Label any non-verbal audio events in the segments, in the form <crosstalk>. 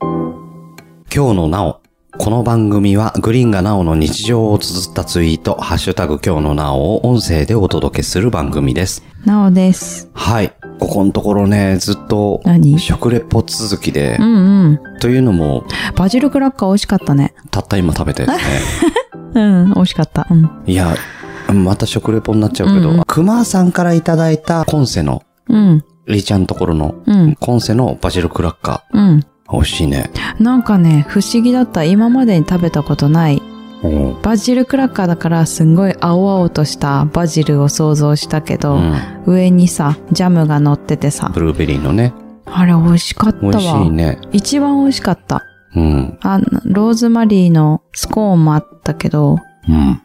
今日のなお。この番組はグリーンがなおの日常を綴ったツイート、ハッシュタグ今日のなおを音声でお届けする番組です。なおです。はい。ここのところね、ずっと何食レポ続きでう、んうん。というのも、バジルクラッカー美味しかったね。たった今食べたやつね。うん、美味しかった。うん。いや、また食レポになっちゃうけど、熊さんからいただいた今世の、うん、りーちゃんところの、うん、今世のバジルクラッカうん。ー。美味しいね。なんかね、不思議だった。今までに食べたことない。うん。バジルクラッカーだから、すんごい青々としたバジルを想像したけど、上にさ、ジャムが乗っててさブ、ルーベリーのね。あれ美味しかった美味しわ。いね。一番美味しかった。うん。あ、ローズマリーのスコーンもあったけど、うん。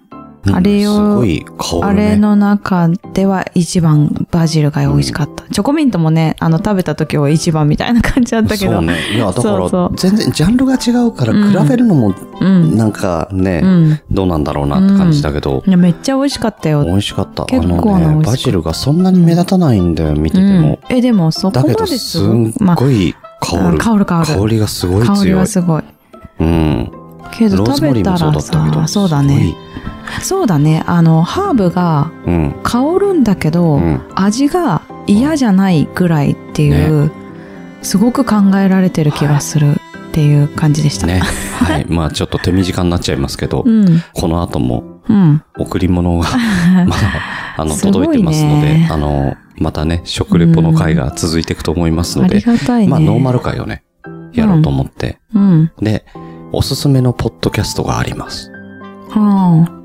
あれをすごい香あるね。れの中では一番バジルが美味しかった。チョコミントもね、あの食べた時は一番みたいな感じだったけそど。うね。いや、だかそうそら、う全然ジャンルが違うかうら、ん比べるのも、うん。なんかねう、ん。どうなんだろうなって感じだけど、いや、めっちゃ美味しかったよ。美味しかった。あ結構なの美味しね、かったバジルがそんなに目立たないんだよ、見てても。うん、え、でもそこだまけでど、すすんまあごい香うんる。香る香る。香りがすごい香り強。はいすごい。うん。けロどーズマ食リべーたもそうだっらたけど。さ、そうだね。そうだね。あの、ハーブがすごい。うん。香るんだけど、うん。味が嫌じゃないぐらいっていう、すごく考えられてる気がするっていう感じでした。ね。はい。まあちょっと手短になっちゃいますけどう、ん。この後もうん。贈り物が <laughs> まだ、あの、すごいね届いてますので、あの、またね、食レポの会が続いていくと思いますのありで、がたいね。まあノーマル会をね、やろうと思って。うん。で、おすすめのポッドキャストがあります。は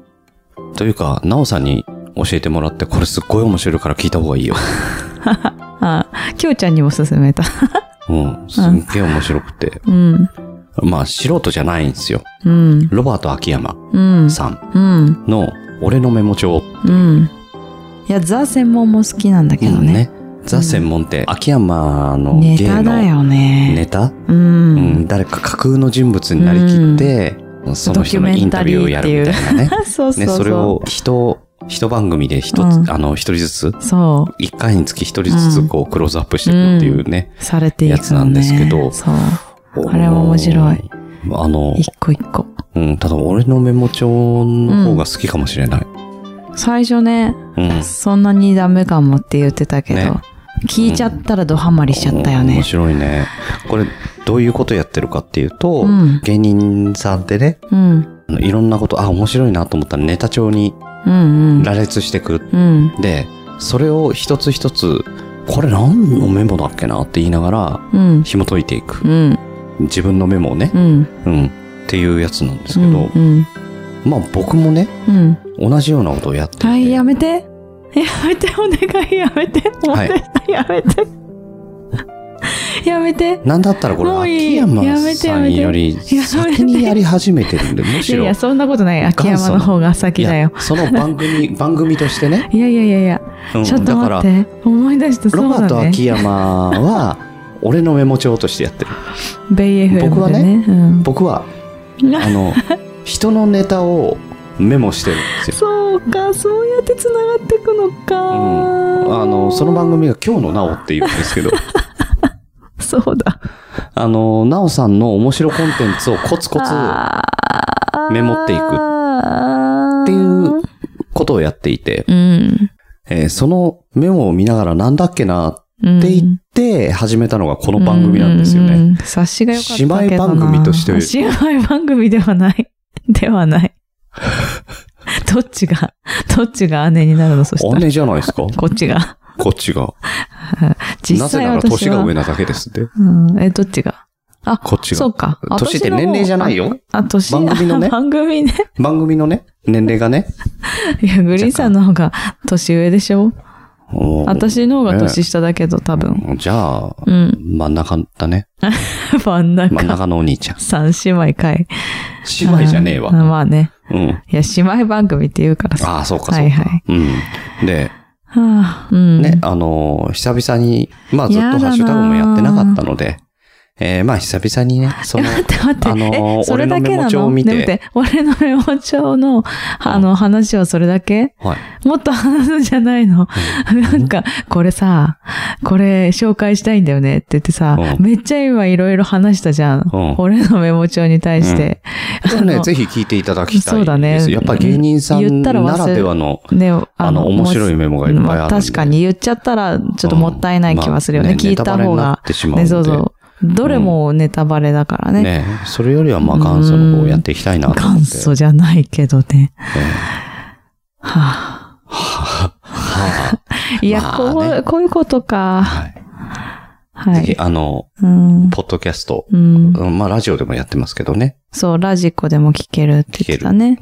というか、なおさんに教えてもらって、これすっごい面白いから聞いた方がいい <laughs> よ。あ。あ、きょうちゃんにも勧めた。 <laughs> うん。すっげえ面白くて。うん。まあ素人じゃないんですよ。うん。ロバート秋山うん。さんうん。の俺のメモ帳うん。いや、ザ専門も好きなんだけどのね。ね、ザ専門って秋山のネ芸タだのよね。ネタ、ううんん。誰か架空の人物になりきって、その人のインタビューをやるみたいなね。そうそうね、そう。それを人、一番組で一つ、うんあの、一人ずつ、そ一回につき一人ずつこうクローズアップしていくっていうね。う、されていくのね。やつなんですけどそう。あれは面白い。あの、一個一個。うん、ただ俺のメモ帳の方が好きかもしれない。最初ね、うんそんなにダメかもって言ってたけど、ね聞いちゃったらドハマりしちゃったよ面ね。白いね。これ、どういうことやってるかっていうと、うん芸人さんってね、うん。あのいろんなこと、あ、面白いなと思ったらネタ帳にうんうん。羅列してく。うん。で、それを一つ一つ、これ何のメモだっけなって言いながら、うん。紐解いていくう。ん。自分のメモをねう、ん。うん、っていうやつなんですけどう、ん。まあ僕もね、うん。うん同じようなことをやっていてはい、やめて。やめて、お願い、やめて。思ってたやめて。やめて。なんだったらこれ、もうい秋いや山めてさやめんてよりて先にやり始めてるんで、むいしやいろや、、そんなことない。秋山の方が先だよ。いやその番 <laughs> 組、番組としてね、いやいやいやいや、うんちょっとだから待って。思い出した、そロうバーだトね。秋山は、俺のメモ帳としてやってる。ベイ FM でね。僕はねうん僕 <laughs> は、あの、人のネタをメモしてるんですよ。そうか、そうやって繋がっていくのか。あの、その番組が今日のなおって言うんですけ <laughs> ど、そうだ。あの、なおさんの面白コンテンツをコツコツメモっていくっていうことをやっていて、うん。えーそのメモを見ながらなんだっけなっうんて言って始めたのがこの番組なんですようね。ん。察しが良かったけどな。姉妹番組として姉妹番組ではない。ではない。 <laughs> どっちが、どっちが姉になるのそしたら。姉じゃないです <laughs> かこっちが。こっちが。な実ぜ際なら私は。年が上なだけですって。うん。え、どっちがあ、こっちが。そうか。年って年齢じゃないよ。よ。あ、年番組のねあ <laughs> 番組ね。番組のね、年齢がね。いや、グリーンさんの方が年上でしょおー私の方が年下だけど、多分。じゃあ、うん。真ん中だね。真ん真ん中。中のお兄 <laughs> ちゃん。三姉妹かい。姉妹じゃねえあわ。まあね。うん。いや、姉妹番組って言うからさ。ああ、そうか、そうか。はいはい。うん。で、はあ、うん。ね、あのー久々に、まあずっとやだハなーッシュタグもやってなかったので、えー、まあ久々に <laughs> ね、その、待って待って。あのーえ、それだけな俺のメモ帳をの見ねて待って、俺のメモ帳の、あの、話はそれだけはい。もっと話すんじゃないのなんか、これさ、これ紹介したいんだよねって言ってさ、うんめっちゃ今いろいろ話したじゃん。うん俺のメモ帳に対して。これあね、のぜひ聞いていただきたいです。そうだねやっぱ芸人さ言んったなら忘れらではの、ね、あの、面白いメモがいっぱいあるんで。確かに言っちゃったら、ちょっともったいない気はするよね。うんまあ聞いた方ネタバレになが。ね、ってしまうんでそうそう。どれもネタバレだからね。ね。それよりはまあ元祖の方をやっていきたいなと思って。元祖じゃないけどね。ええはあ、はいや、まあこねう、こういうことあか。はいはぜひい。あの、うん。ポッドキャスト、うん。うんまあラジオでもやってますけどね。そう、ラジコでも聞けるって言ってたね。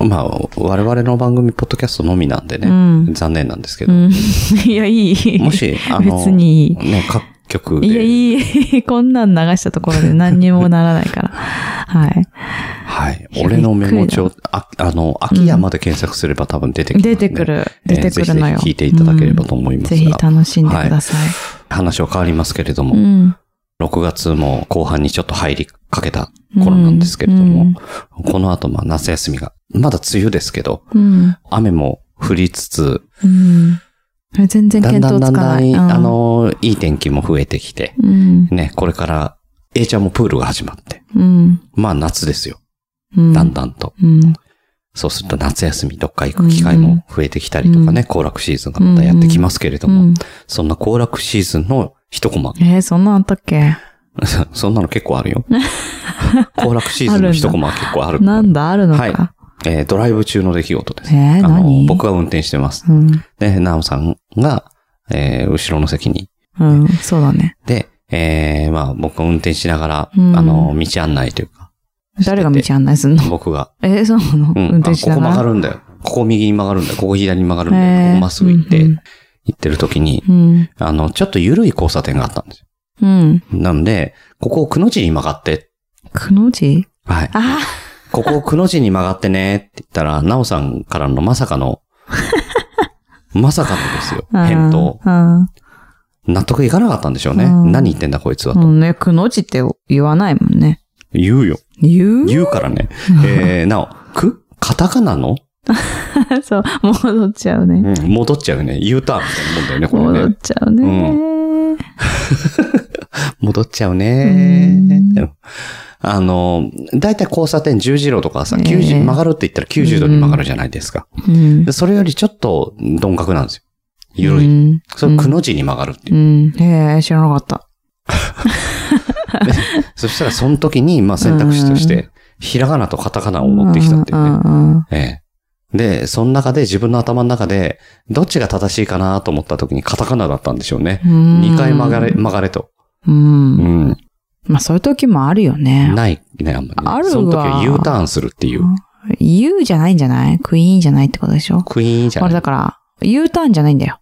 うん。まあ、我々の番組、ポッドキャストのみなんでうね。ん。残念なんですけうど。ん。 <laughs> いや、いい。も <laughs> し、あの、別にいい。ね、各局で。いや、いい。 <laughs> こんなん流したところで何にもならないから。はい。はいい。や俺のメモび帳、ああの、秋山で検索すれば多分出てきます、ね出てく。る。えー出てくるのよ。ぜひ聞いていただければと思いますぜひが、楽しんでください。話は変わりますけれども、うん。 6月も後半にちょっと入りかけた頃なんですけれども、この後、まあ、夏休みが、まだ梅雨ですけど、うん。うん。雨も降りつつ、うん。全然だん見だ当んだつんかだ、なんい。うんあ、の、いい天気も増えてきて、うん。ね、これから、A ちゃんもプールが始まって、うん。まあ夏ですよ、うん。だんだんと。うん。そうすると夏休みどっか行く機会も増えてきたりとかうんうね、行楽シーズンがまたやってきますけれどうも、ん。そんな行楽シーズンの一コマ、 <laughs> えー、そんなんあったっけそんなの結構ある <laughs> よ。行楽シーズンの一コマは結構ある。なんだあるのはか。えードライブ中の出来事です。えー、あの何僕が運転してます。うん。で、ナオさんが、えー後ろの席に。うん。そうだね。で、えーまあ僕が運転しながら、うんあの、道案内というか、誰が道案内すんの僕が、 <laughs> えー、そうなのうん、運転しながあここ曲がら。るんだよ。ここ右に曲がるんだよ。ここ左に曲がるんだよ。えこーこまっすぐ行って、うん行ってる時に、うん。あの、ちょっと緩い交差点があったんですよ。うん。なので、ここをくの字に曲がって、くの字はい。あここをくの字に曲がってねって言ったら、なおさんからのまさか <laughs> の、まさかのですよ。あ。返答。うん。納得いかなかったんでしょうね。うん何言ってんだこいつはうと。んね、くの字って言わないもんね。言うよ。言う言うから <laughs> ね。えー、なお、くカタカナの、そう、戻っちゃうね。うん戻っちゃうね。U ターンみたいなもんだよね、これね戻っ。ちゃうね。戻っちゃうねう。あの、だいたい交差点十字路とかさ、ええ90曲がるって言ったら90度に曲がるじゃないですか。うんで。それよりちょっと鈍角なんですよ。緩うい。ん。それくの字に曲がるっていう。うん。ええ、知らなかった。そしたらその時に、まあ選択肢として、ひらがなとカタカナを持ってきたっていうね。ね。ええ。で、その中で自分の頭の中で、どっちが正しいかなと思った時にカタカナだったんでしょうね。うん。二回曲がれ、。曲がれと。う。うんん。まあ、そういう時もあるよね。ないね、あんまりね。あるわその時は U ターンするっていう。 U じゃないんじゃないクイーンじゃないってことでしょクイーンじゃあれない。だから、U ターンじゃないんだよ。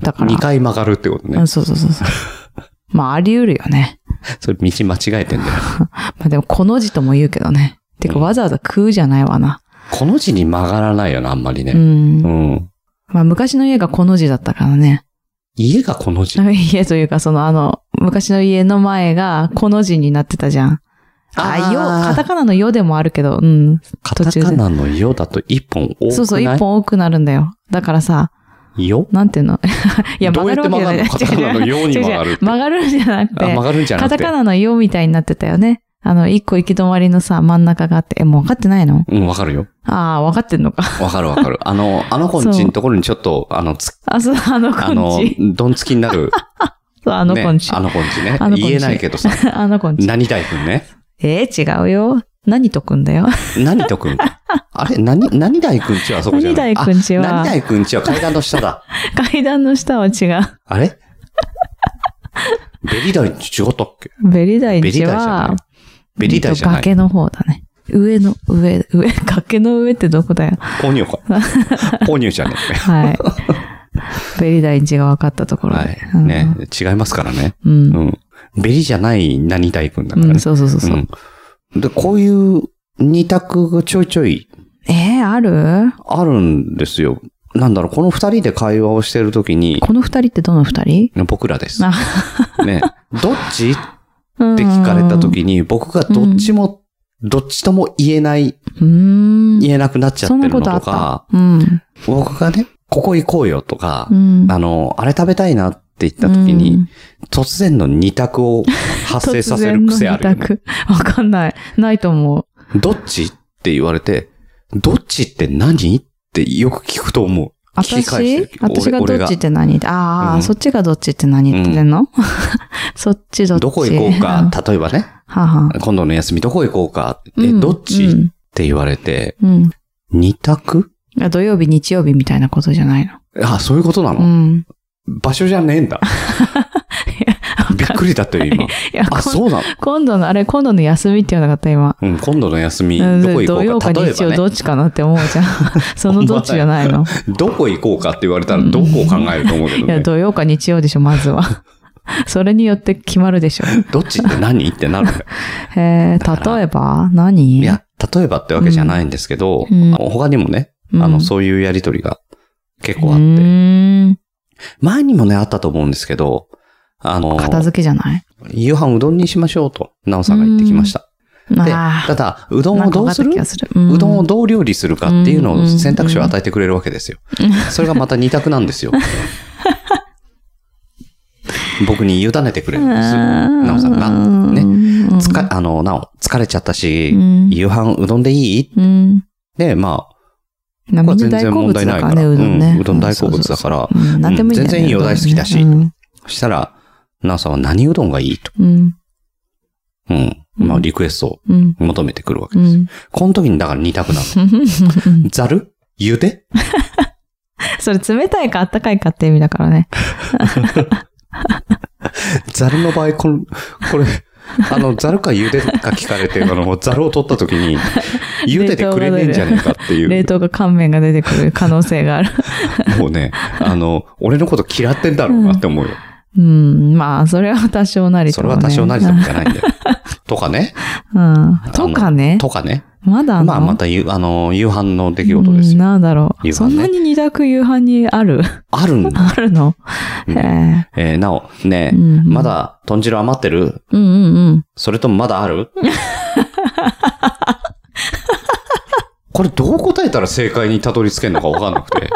だから。二回曲がるってことうねん、。そうそうそうそう。 <laughs> まあ、あり得るよね。それ道間違えて <laughs> んだよ。まあ、でも、この字とも言うけどね。てか、うんわざわざ食うじゃないわな。この字に曲がらないよな、あんまりうね。ん。うん。まあ、昔の家がこの字だったからね。家がこの字。家というか、その、あの、昔の家の前がこの字になってたじゃん。あ、よ、あーカタカナのよでもあるけど、うん。カ途タ中でカナのよだと一本多くないそうそう、一本多くなるんだよ。だからさ、よなんていうの <laughs> いや、ど曲うやがっるてわけ曲じゃがなるのカタカい。ナのように曲がる違うっ違うて。曲がるんじゃなくあ曲て、がるんじゃなカくて。タカナのよみたいになってたよね。あの、一個行き止まりのさ、真ん中があって、え、もう分かってないのうん、わかるよ。ああ、分かってんのか。わかるわか <laughs> る。あの、あの子んちのところにちょっと、あの、つあ、そう、あのあこのんち。、どんつきになる。そう、 <laughs> あのこんち。ね、あの子んちねあの。子んち言えないけどさ。 <laughs> あのこんち。何大君ね。えー違うよ。何とくんだよ。 <laughs> 何とくん。あれ何、何大君ちはあそこじゃ何ない大くんちあ何は、大君ちは階段の下だ。階段の下は違う。あれベリダイ違ったっけベリダイベリチダイじゃな、。はいベリダイじゃうんなとい。崖の方だね。上の、上、上、崖の上ってどこだよ。ポニョ <laughs> か。ポニョじゃね <laughs> はい。ベリダイチが分かったとこえ。ろはで。い。ね、違いますからね。うん。ううん。ん。ベリじゃない何大君だからうねん、。そうそうそうそう。うんで、こういう二択がちょいちょいえー、あるあるんですよ。なんだろう、この二人で会話をしてるときに、この二人ってどの二人僕らです。あね、どっちって聞かれた時に、僕がどっちも、どっちとも言えない、うーん。言えなくなっちゃってそるんのなとことあっかた、。うん。僕がね、ここ行こうよとかう、ん。あの、あれ食べたいなって言った時うに、ん、突然の二択を発生させる癖あるよね <laughs> 突。然の二択。わかんない。ないと思う。どっちって言われて、どっちって何ってよく聞くと思う。聞き返してる私私が俺ど俺っちって何ああ、うんそっちがどっちって何って言ってんの、 <laughs> そっちどっちどこ行こうか、例えばね、はは。今度の休みどこ行こうか、え、うんどっち、うっんて言われて、うん。二択土曜日、日曜日みたいなことじゃないの。あ、そういうことなうの、ん。場所じゃねえん <laughs> だ。びっくりだったよ、今。いや、あ、こんそうなの今度の、あれ、今度の休みって言わなかった、今。うん、今度の休み、うんどこ土行曜こうかか。例え日曜ばどね、っちかなって思うじゃん。 <laughs> そのどっちじゃないの。どこ行こうかって言われたらどこを考えると思うけどいや、ね。土曜か日曜でしょ、ま <laughs> ずは。それによって決まるでしょ。どっちって何 <laughs> ってなるんだよ。へえ、だから例えば何い、や、例えばってわけじゃないんですけど、うん他にもね、うんあの、そういうやりとりが結構あっうて、ーん前にもね、あったと思うんですけど、あの、片付けじゃない夕飯うどんにしましょうと、なおさんが言ってきました。で、あーただ、うどんなんをかどわうかすったる気がする。うんうどんをどう料理するかっていうのうんうをんうん選択肢を与えてくれるわけ <laughs> ですよ。それがまた二択なんですよ。僕に委ねてくれるんです。なおさんが。ねねつか、あの、なお、疲れちゃったし、うん夕飯うどんでいいうん。で、まあ、なこみれ全んな大然好問物だ題ないかからね、ら。うどんね。うどん大好物だら。から。うん、なんでもいいんだ全よね然いいようどんね大好きだしうんそしたら、なおさんは何うどんがいいと。うん。うん。まあ、リクエストをうん。求めてくるわけうですよ。ん。この時にだから二択な <laughs> の。ざる茹でそれ冷たいかあったかいかって意味だからね。ざるの場合、この、これ、あの、ざるか茹でか聞かれて、あの、ざるを取った時に、 <laughs> 茹でてくれねえんじゃねえかってい冷う。凍が乾麺が出てくる可能性がある。もうね、あの、俺のこと嫌ってんだろうなって思うよ。うん。まあ、それは多少なりそとれもねは多少なりともじゃないんだよ。とかね。うん。とかあのね。とかね。まだあんのまあ、またゆ、あの、夕飯の出来事ですうんよ。なんだろ夕飯ねう。そんなに二択夕飯にある <laughs> あるんだ。あるのうへんえ。えーなお、ね、うんまだ、豚汁余ってるうんうんうん。それともまだあ <laughs> るこれどう答えたら正解にたどり着けるのかわかんなくて。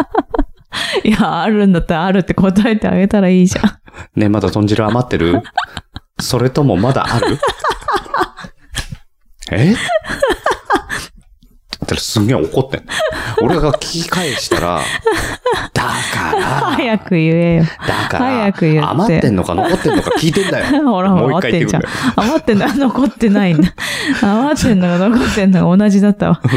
いや、あるんだったらあるって答えてあげたらいいじゃ <laughs> ん。ね、まだ豚汁余って <laughs> るそれともまだあるえだからすげえ怒ってんの俺が聞き返した <laughs> ら、だから、早く言えよ。 <laughs> だから、早く言って余ってんのか残ってんのか聞いてんだよ。<laughs> ほらほもう一ら、回余っ言っててんじくゃんだんよ。。余ってんだ、残ってない <laughs> んだ。余ってんのが残ってんのが同じだったわ。う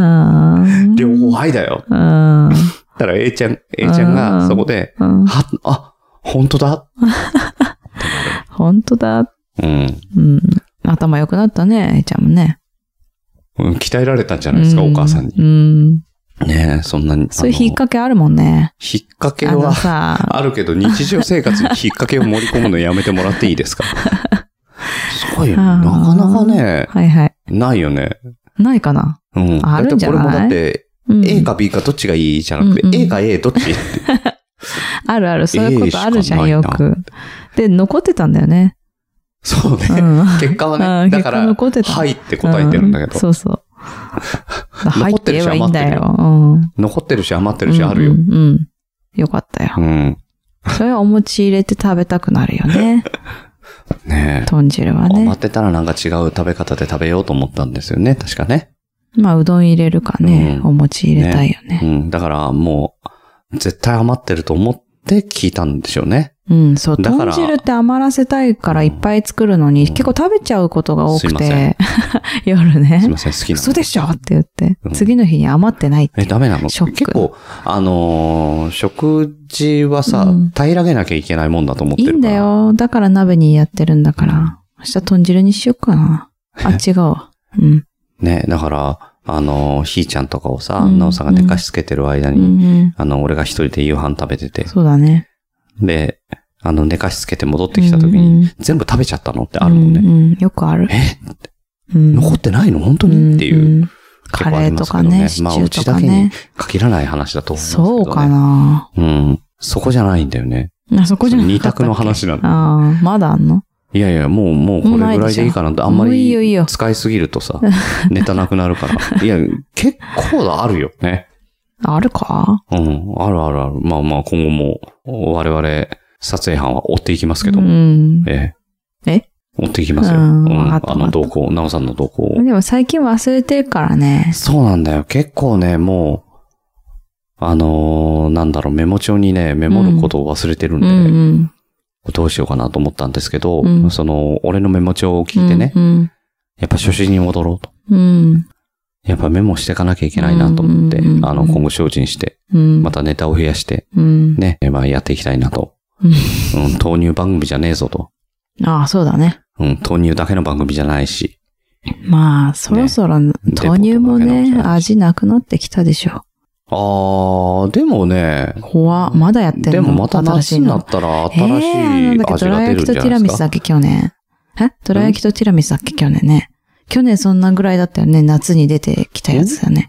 ーん。両方愛だよ。うん。だから A ちゃん、A ちゃんがそこで、うんは、あ、本当だ。本当だ。うん。うん。頭良くなったね、えいちゃんもね。うん鍛えられたんじゃないですか、うお母さんに。うん。ねえ、そんなに。そういう引あっの掛けあるもんね。引っ掛けあのは、 <laughs> さ、あるけど、日常生活に引っ掛けを盛り込むのやめてもらっていい <laughs> ですかすごい、なかなかね、はいはい。ないよね。ないかなうん。あるんじゃないだってこれもだって、うん。 A か B かどっちがいいじゃなくて、うんうん A か A どっちって。あるある、そういうことあるじゃ A ん、よしかないく。で、残ってたんだよね。そうねう。ん。結果はうね、んだか結果ら、残ってたはいって <laughs> 答えてるんだけうど、そうそう。 <laughs> 入ってればいいんだよ。うん残ってるし余ってるしあるよう。んうんうん。よかったよ。うん。それはお餅入れて食べたくなる <laughs> よね。ねえ。豚汁は余っね。てたらなんか違う食べ方で食べようと思ったんですよね、確かね。まあ、うどん入れるかね。うんお餅入れたいよね。うん、だからもう、絶対余ってると思って聞いたんでしょうね。うん、そう。だから豚汁って余らせたいからいっぱい作るのに、うん結構食べちゃうことが多すいくませんて。 <laughs> 夜すいねま。せん、好きな嘘の。でしょって言ってうん。次の日に余ってないってえ、ダメなのショック結構、あのー食事はさ、うん平らげなきゃいけないもんだと思っていいるんかだら。よ。だから鍋にやってるんだから。明日豚汁にしよっか <laughs> な。あ、違うわ。うん。ね、だから、あのーひーちゃんとかをさ、うんなおさんが寝かしつけてる間うに、んうん。あの、俺が一人で夕飯食べてて、そうだね。で、あの、寝かしつけて戻ってきた時に、うんうん全部食べちゃったのってあるもんね。うんうんよくある。え、うん残ってないの本当にっていう。んんカレーとかね、シチまあ、ュうーちとだかけにね。限らない話だと思うんですけど、ね。そうかなうん。そこじゃないんだよね。あそこじゃなかったっけ二択の話なのああ、まだあんのいやいや、もう、もうこれぐらいでいいかなって、あんまもういいよいいりよ使いすぎるとさ、 <laughs> ネタなくなるから。いや、結構あるよね。あるかうん、あるあるある。まあまあ、今後も、我々、撮影班は追っていきますけど、うん。ええ。え追っていきますよ。ううんん、わかあったの動向、ナオさんの動向を。でも最近忘れてるからね。そうなんだよ。結構ね、もう、あのーなんだろう、メモ帳にね、メモることを忘れてるんうで、んどうしようかなと思ったんですけど、うんその、俺のメモ帳をうん。聞いてね、うんやっぱ初心に戻ろうと。うん。やっぱメモしていかなきゃいけないなと思って、うんうんうんうんあの、今後精進して、うん。またネタを増やして、うん。ね、まあやっていきたいなと。うんうん、豆乳番組じゃねえぞと。ああ、そうだね。うん、豆乳だけの番組じゃないし。まあ、そろそろ豆乳レもポートだけね、の話味なくなってきたでしょ。あー、でもね、怖っまだやってんのでもまた新し夏いになの。ったらえ新しえなんいだっけ味どがら出るん焼きじとゃなティラいでミすスか。だっけ、去年。えどら焼きとティラミスだっけ、去年ね。去年そんなぐらいだったよね。夏に出てきたやつだよね。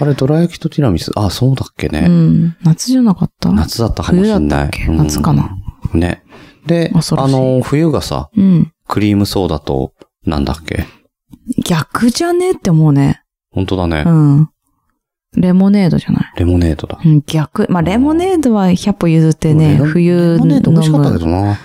あれ、どら焼きとティラミスあ、そうだっけうね。ん。夏じゃなかった夏だったかもしれない。冬だったっけ夏かなうんね。で、恐ろあしいの、冬がさ、うん。クリームソーダと、なんだっけ逆じゃねって思うね。本当だねう。ん。レモネードじゃない。レモネードだ。うん、逆。まあ、レモネードは100歩譲ってね、レモレ冬モネード美味し飲かったけむ。どな。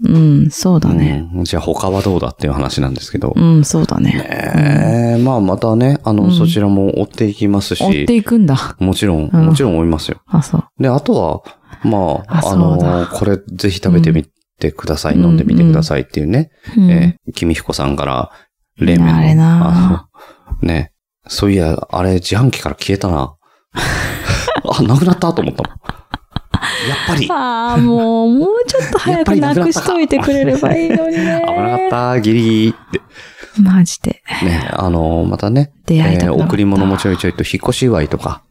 うん、そうだね。うんじゃあ他はどうだっていう話なんですけど。うん、そうだね。ええまあまたね、あの、うんそちらも追っていきます追っ、していくんだ。もちろん、うんもちろん追いますよ。あ、そう。で、あとは、まあ、ああそうだの、これぜひ食べてみてください、うん飲んでみてくださいっていうね、うんえー君彦さんから、冷麺の。あれなあのね、そういや、あれ自販機から消えた <laughs> な。あ、なくなったと思ったもん。やっぱり、ああ、もう、もうちょっとやっ早ぱくりななくなっくたしかといてくれればいいのにね。 <laughs> 危なかった、ギリギリって。マジで。ね、あの、またね、出会いたえくなかーった贈り物もちょいちょいと引っ越し祝いとか、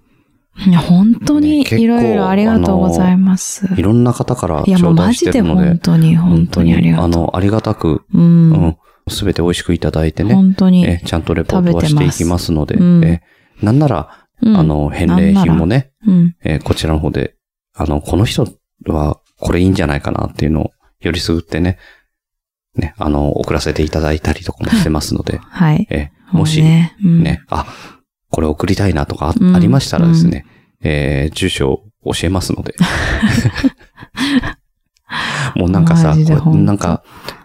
いや、本当ねに、結構いろいろありがとうございます。いろんな方からいや、も頂う戴マしジてでるの本で、当に、本当にありがあとの、ありがたく、う。うん。うん、すべて美味しくいただいてね、本当に。えちゃんとレポートはしていきますので、食べてますうんえなんなら、うんあ、の、返礼品もね、うん。えこちらの方で、あの、この人はこれいいんじゃないかなっていうのを、よりすぐってね、ね、あの、送らせていただいたりとかもしてますので、はい。えも <laughs> し、うね、うんね、あ、これ送りたいなとかあ,、うんりましたらですね、えー住所を教えますので。 <laughs> もうなんかさマジで、こう本当なんか、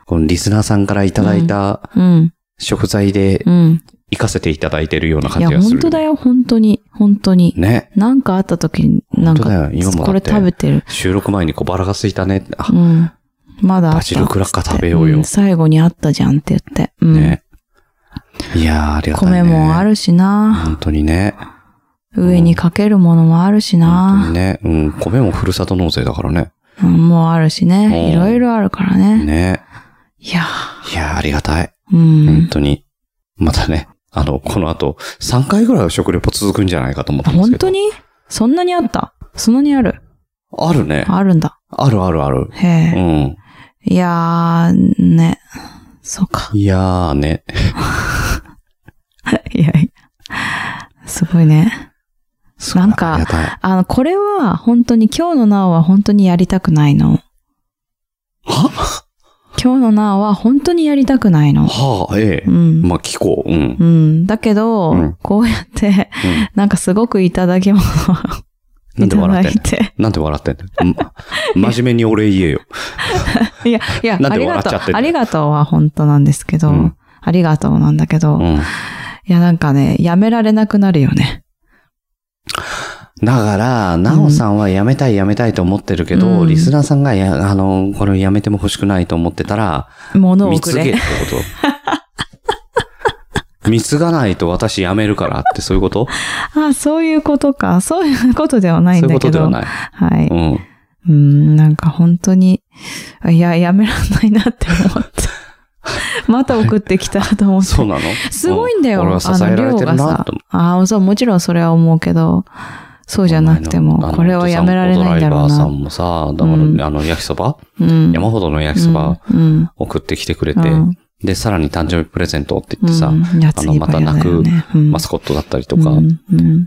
このリスナーさんからいただいたうん。食材でうん。活かせていただいてるようない感やじ、がする。本当だよ、本当に、本当に。ね。なんかあった時に、なん本当だかよ今、もこだれって食べてる。収録前に小腹が空いたね。あ、うん。まだあったバジルクラッカー食べようよん最後にあったじゃんって言って。うん。ね。いやー、ありがたいね。米もあるしな。本当にね。上にかけるものもあるし本当にな。ね。うん、米もふるさと納税だからね。うんもうあるしうんね。いろいろあるからね。ね。いやいやー、ありがたい。ーう本ん。当に。またね、あの、この後、3回ぐらいは食レポ続くんじゃないかと思ったんです本けど。当にそんなにあったそんなにあるあるね。あるんだ。あるあるある。へうえ。ん。いやー、ね。そうか。いやーね。いやいや。すごいね。すごいなんかありがたいあの、これは本当に今日のなおは本当にやりたくないの。は今日のなおは本当にやりたくないの。はあ、ええう。ん。まあ、聞こう。うん。うん。だけど、うんこうやって、なんかすごくいただき物を <laughs> なんいでただ笑っていんのて。なんで笑ってんのうん真面目にお礼言えよ。いや、い <laughs> や、なんあでり笑っちがとゃってんう。のありがとうは本当なんですけど、うんありがと <laughs> うなんだけど、ういん。や、なんかね、やめられなくなるよね。だから、なおさんはやめたいやめたいと思ってるけど、うんリスナーさんがや、あの、これやめても欲しくないと思ってたら、物を見くつけってれ。こと。見つがないと私やめるからってそういうこと <laughs> あ、そういうことか。そういうことではないんそういうこだとけでど。はない。はい。うん。うん、なんか本当に、いや、やめらんないなって思った。 <laughs> また送ってきたと思って。そうなのすごいんだよ。う俺は支えられてるあの量がなさと思う。ああ、そう、もちろんそれは思うけど、そうじゃなくてお前も、のこれはやめられないんだろうあのドライバーさな。んもさ、だから、うんあの、焼きそば、うん。山ほどの焼きそばうん。送ってきてくれうて、んで、さらに誕生日プレゼントってう言ってさ、ん、やあのまた泣くマスココットだったりとか、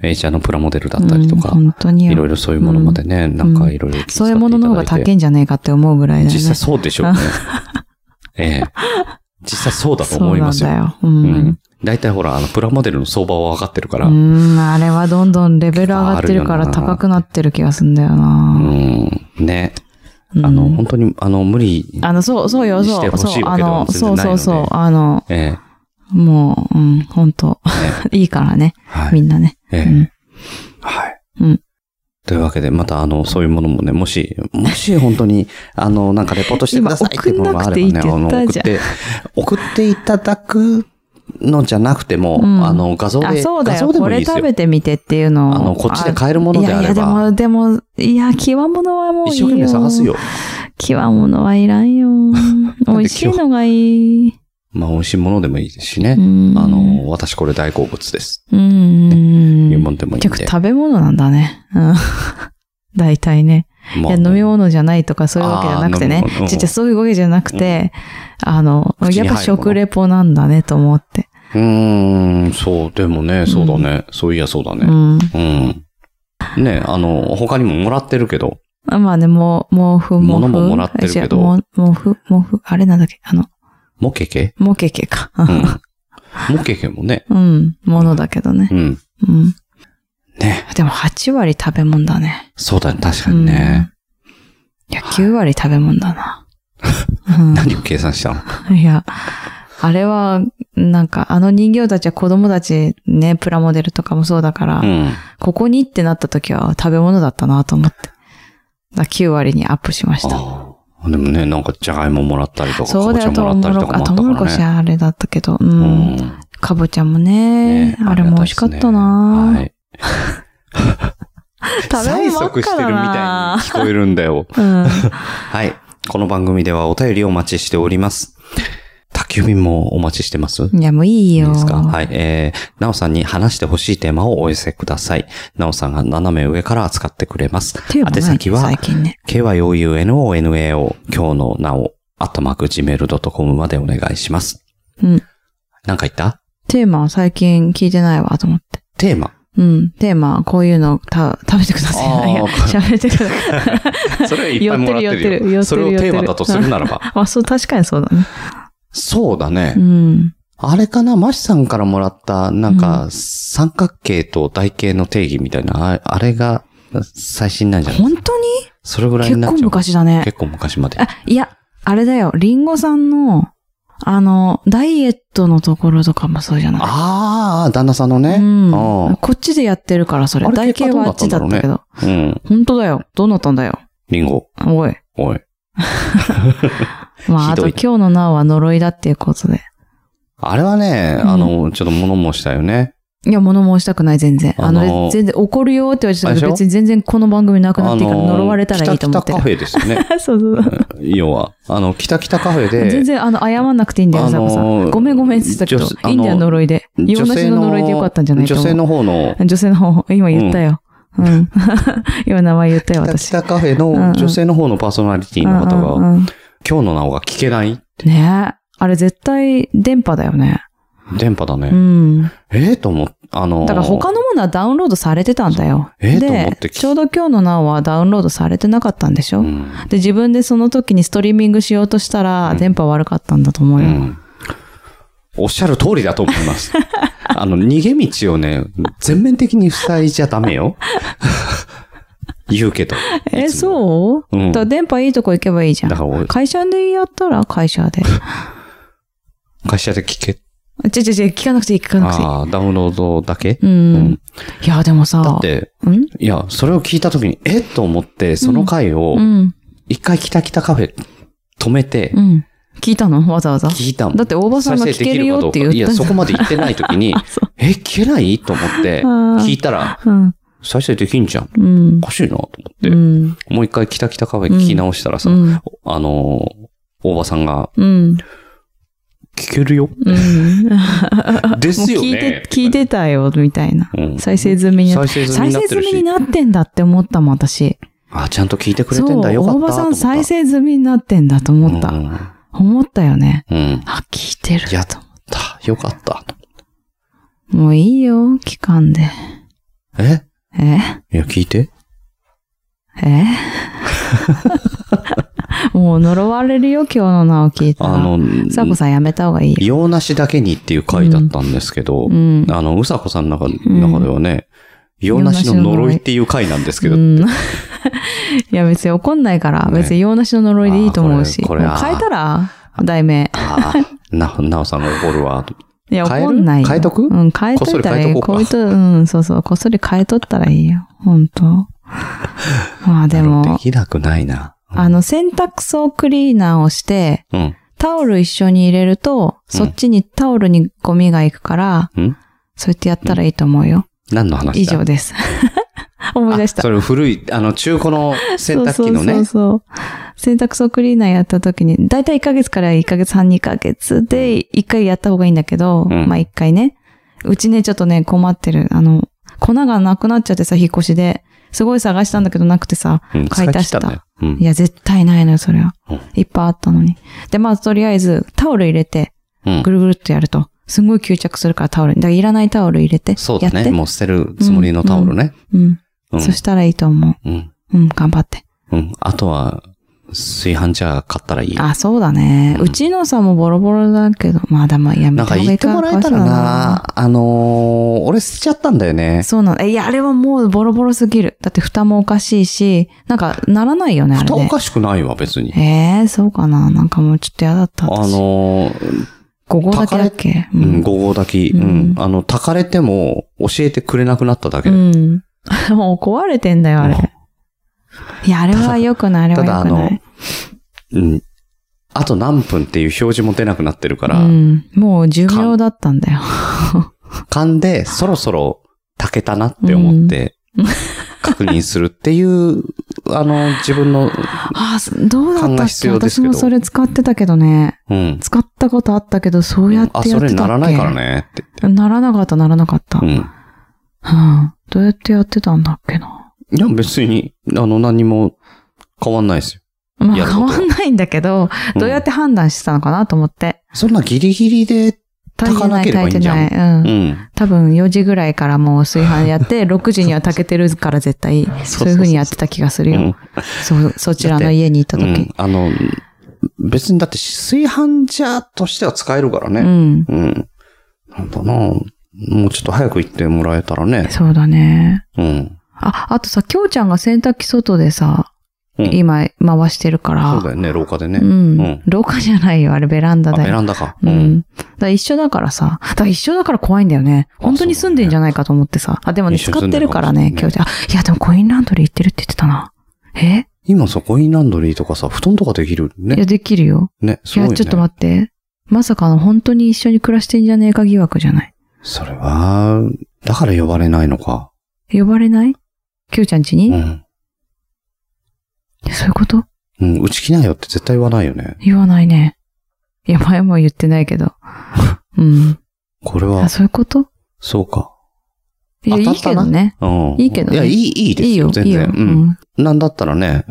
エイちゃんのプラモデルだったりとか、本当に。いろいろそういうものまでね、なんかいろいろ。そういうものの方が高いい。 <laughs> んじゃねえかって思うぐらいだよね。実際そうでしょうね。ええ実際そうだと思いますよ。そうなんだよ。うん。うん。大体ほら、あの、プラモデルの相場は分かってるから、うーん、あれはどんどんレベル上がってるから結構あるよな高くなってる気がすんだような。ん、ね。うんあの、本当に、あの、無理、あの、そう、そうよ、しそてう、ほしそ、いうわあけでもの、全然そうないそのうでそう、あの、ええ <laughs> もう、うん、本当 <laughs> いいからね、はいみ。んなね。ええうんはい。うんというわけで、また、あの、そういうものもね、もし、もし本当に、あの、なんかレポートしてくださいっていうものがあればね、今あ送んの、なくていいって言送っったて、送っていただくのじゃなくても、うんあの、画像あ、で、そうだ画よ、像でこもいいれです食よ。べてみてっていうのをあの、こっちで買えるものいであやいれや、でば、も、でも、いや、極物はもういい一よ。生懸命探す。よ。極物はいら <laughs> んよ。美味しいのがいい。まあ、美味しいものでもいいですしあね。あ、の、私これ大好物です。うん。いうもんでもいいん結で局。食べ物なんだね。うん。 <laughs> 大体ね。いまあや、飲み物じゃないとかそういうわけじゃなくてねあー飲み物う。んちっちゃいそういうわけじゃなくて、あの、口に入るやっものぱ食レポなんだねと思って。うーん、そう、でもね、そうだね。そういや、そうだうね。ん。うん。ね、あの、他にももらってるけど、まあね、もう、毛布、毛布。物ももらってるけど違うも毛布、毛布、あれなんだっけ、あの、モケケモケケか。 <laughs> うん。モケケもね。うん、ものだけどねう。ん。うん。ね。でも8割食べ物だね。そうだね。確かにね。いや、9割食べ物だ <laughs> な。うん何を計算したのいや、あれは、なんか、あの人形たちは子供たちね、プラモデルとかもそうだから、うん。ここにってなった時は食べ物だったなと思って。だ9割にアップしました。ああ。でもね、なんか、じゃがいももらったりとか、かそうぼだちゃよ、もトらウったりモロとコかもシ。あ、あっトウたモロかコシらね。はあれだったけど、う。うんん。かぼちゃもね、ねあれも美味しかったな、あれだったですねはい。 <laughs> 食べ物ばっ催促しかてるだみなたいに聞こえるんだよ。うん。はい。この番組ではお便りをお待ちしております。宅急便もお待ちしてますいや、もういいいよ。いですかはい。えー、なおさんに話してほしいテーマをお寄せください。なおさんが斜め上から扱ってくれます。テーマない宛先は最近ね。 kyouunonao 今日のなお、あたまく gmail.com までお願いします。うん。なんか言ったテーマは最近聞いてないわと思って。テーマ。うん。テーマ、こういうのた食べてください。いやあー <laughs> 喋ってください。それはいっぱいもらって寄ってるる寄ってよ。るそれをテーマだとするならば。まあ、そう、確かにそうだね。そうだね。うん。あれかなマシさんからもらった、なんか、三角形と台形の定義みたいな、ああれが最新なんじゃない本当にそれぐらい結になっ構ちゃう。昔だね。結構昔まで。あ、いや、あれだよ。リンゴさんの、あの、ダイエットのところとかもそうじゃないああ、旦那さんのね。うん。あこっちでやってるから、それあ。れ台形はあっちだったけど。ーうん。本当だよ。どうなったんだよ。リンゴ。おい。おい。まあ、ひあどとい今日のなおは呪いだっていうことで。あれはね、あの、ちょっと物申したよね。いや、物申したくない、全然。あの、あのー全然怒るよって言われてたけあれでど、しょ別に全然この番組なくなっていいからあの呪われたらいいと思ってる北北カ。フェですよ <laughs> ね。そうそうそう。要は。あの、北北カフェで。全然、あの、謝んなくていいんだよ、あザのーコさん。ごめんごめんって言ったけど女性、あのいいんだよ、呪いで。女性洋梨の呪いでよかったんじゃないと女思う。性の方の、女性の方、今言ったよ。うん。 <laughs> 今名前言ったよ、北私。北カフェの女性の方のパーソナリティの方うんうが、んうん今日のなおが聞けないねえ。あれ絶対電波だよね。電波だうね。ん。だええと思っ、あの、から他のものはダウンロードされてたんだよ。ええと思っで、てきちょうど今日のなおはダウンロードされてなかったんでしょうんで、自分でその時にストリーミングしようとしたら、うん電波悪かったんだと思ううよ。ん。おっしゃる通りだと思い <laughs> ます。あの、逃げ道をね、全面的に塞いじゃダメ <laughs> よ。言うけど。え、そう、うんだから電波いいとこ行けばいいじゃだかん。ら俺、会社でやったら会社で。会社で聞け。ちょちょちょ、聞かなくていい、聞かなくていい。ああ、ダウンロードだけう。うんいや、でもさ、だって、うんいや、それを聞いたときに、えっと思って、その回をう、ん。一回キタキタカフェ止めてう、ん。聞いたのわざわざ。聞いたもん。だって大場さんが聞けるよって言ったいじゃや、んそこまで言ってないときに、 <laughs> え、聞けないと思って、あー聞いたら、うん。再生できんじゃん。うんお。かしいなと思ってう、ん。もう一回キタキタカフェ聞き直したらさ、うん。あのー、大場さんが、うん。聞けるよ。うん。でもうすよ聞いねて。、聞いてたよ、みたいな。うん再生済みになっ再生済み再になって生済るみにし。なってんだって思ったもん、私。あ、ちゃんと聞いてくれそう、てんだ。よかった。大場さん再生済みになってんだとと思思っ。ったた。思ったよね。うん。うんあ、聞いてる。やった。よかった。もういいよ、期間で。ええ <laughs> いや、聞いて。えもう呪われるよ、今日の名を聞いたあら。の、さこさんやめた方がいいよ。用なしだけにっていう回だったんですけど、うん。あの、うさこさんの中ん中ではね、用なしの呪いっていう回なんですけど、うん、い <laughs> や、別に怒んないから、ね別に用なしの呪いでいいと思うし。あーこれこれもう変えたら、題名。ああ、な、なおさんが怒るわ。いや、変える怒んないよ。変えとくうん、変えといたらいい。ここっそり変えとこうかういうと、うん、そうそう、こっそり変えとったらいいよ。本 <laughs> 当まあでなもる、できなくないな。あの、洗濯槽クリーナーをして、うん。タオル一緒に入れると、そっちにタオルにゴミが行くから、うんそうやってやったらいいと思うよ。何の話だ以上です。 <laughs> 思い出したあ。それ古い、あの、中古の洗濯機のね。そうそうそうそう。洗濯槽クリーナーやった時に、だいたい1ヶ月から1ヶ月半2ヶ月で1回やった方がいいんだけど、うんまあ1回ね。うちね、ちょっとね、困ってる。あの、粉がなくなっちゃってさ、引っ越しで。すごい探したんだけどなくてさ、うん買い足した使切ったんいだよや、絶対ないのよ、それはうん。いっぱいあったのに。で、まあ、とりあえず、タオル入れて、うん。うんぐるぐるっとやると、すんごい吸着するからタオルに。だから、いらないタオル入れて。そうだやっね。てもう捨てるつもりのタオルね。うん。うん。そしたらいいと思うん。う。うん、頑張って。うん。あとは、炊飯ジャー買ったらいい。あ、そうだね。うんうちのさんもボロボロだけど、まあでもやめなんたか方がい言っいてかもらえたらな、あのー、俺捨てちゃったんだよね。そうなの。え、いや、あれはもうボロボロすぎる。だって蓋もおかしいし、なんかならないよね、あれ蓋おね。かしくないわ、別に。えー、そうかな。なんかもうちょっと嫌だった。あ私、のー、 5号だけだっけううん、ん。ご合炊き、ううんん。あの、炊かれても教えてくれなくなっただけうで。ん。 <laughs> もう壊れてんだよ、あれ。いや、あれは良くない、あたれだ、はあ良くなのい。、うん。あと何分っていう表示も出なくなってるからう、ん。もう寿命だったんだよ。勘でそろそろ炊けたなって思って、確認するっていう、あの、自分の、あー、どうだ勘ったがっ必け要ですけ私どもそれ使ってたけどね。うん。使ったことあったけど、そうやってやあ、ってたそっけれならないからねって。ならなかった、ならなかった。ううんん。どうやってやってたんだっけな。いや、別に、あの、何も変わんないですよ。まあやるこ変とはわんないんだけど、うんどうやって判断してたのかなと思って。そんなギリギリで、炊かなければいいんじゃん炊いてない。う。うんん。多分4時ぐらいからもう炊飯や <laughs> って、6時には炊けてるから絶対、そういう風にやってた気がするうよ。ん。そう、そちらの家に行ったう時ん。あの、別にだって炊飯ジャーとしては使えるからうね。ん。うん。なんだなもうちょっと早く行ってもらえたらね。そうだね。うん。あ、あとさ、きょうちゃんが洗濯機外でさ、うん今回してるから。そうだよね、廊下でね。うん、うん廊下じゃないよ、あれベランダあ、だよベ。ランダか。う。ん。だから一緒だからさ。だから一緒だから怖いんだよね。あ本当に住んでんじゃないかと思ってさ。あ、でもね、一緒使に住っんでてるるかかもしれらないね、今日じゃ。あいや、でもコインランドリー行ってるって言ってたな。え今さ、コインランドリーとかさ、布団とかできるいね。や、できるよ。ね、すいごいや、ね。ちょっと待って。まさかの本当に一緒に暮らしてんじゃねえか疑惑じゃない。それは、だから呼ばれないのか。呼ばれないキューちゃん家に、うん。そういうことうん、うち来なよって絶対言わないよね。言わないね。いや、前も言ってな <laughs> いけど。うん。これはあ、、そういうことそうか。いや、い当たいったなけどね。うん。いいけいどねや、いい、いいですいいよ。よ、全いい然。よ。ううん。ん。なんだったらね、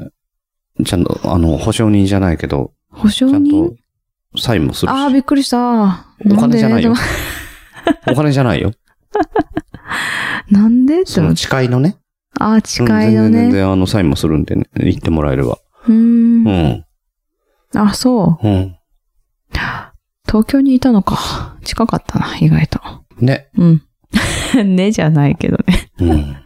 ちゃんと、あの、保証人じゃないけど、保証ちゃんと人、サインもするし。ああ、びっくりした。お金じゃんなでいよ。 <laughs> お金じゃない <laughs> よ。なんでってそ思っのて。誓いのね。あ、うん近い全の然全ね。然、あの、サインもするんでね、言ってもらえれば。うー。うんん。あ、そう。うん。東京にいたの <laughs> か。近かったな、意外と。ね。うん。ねじゃないけどね。うん。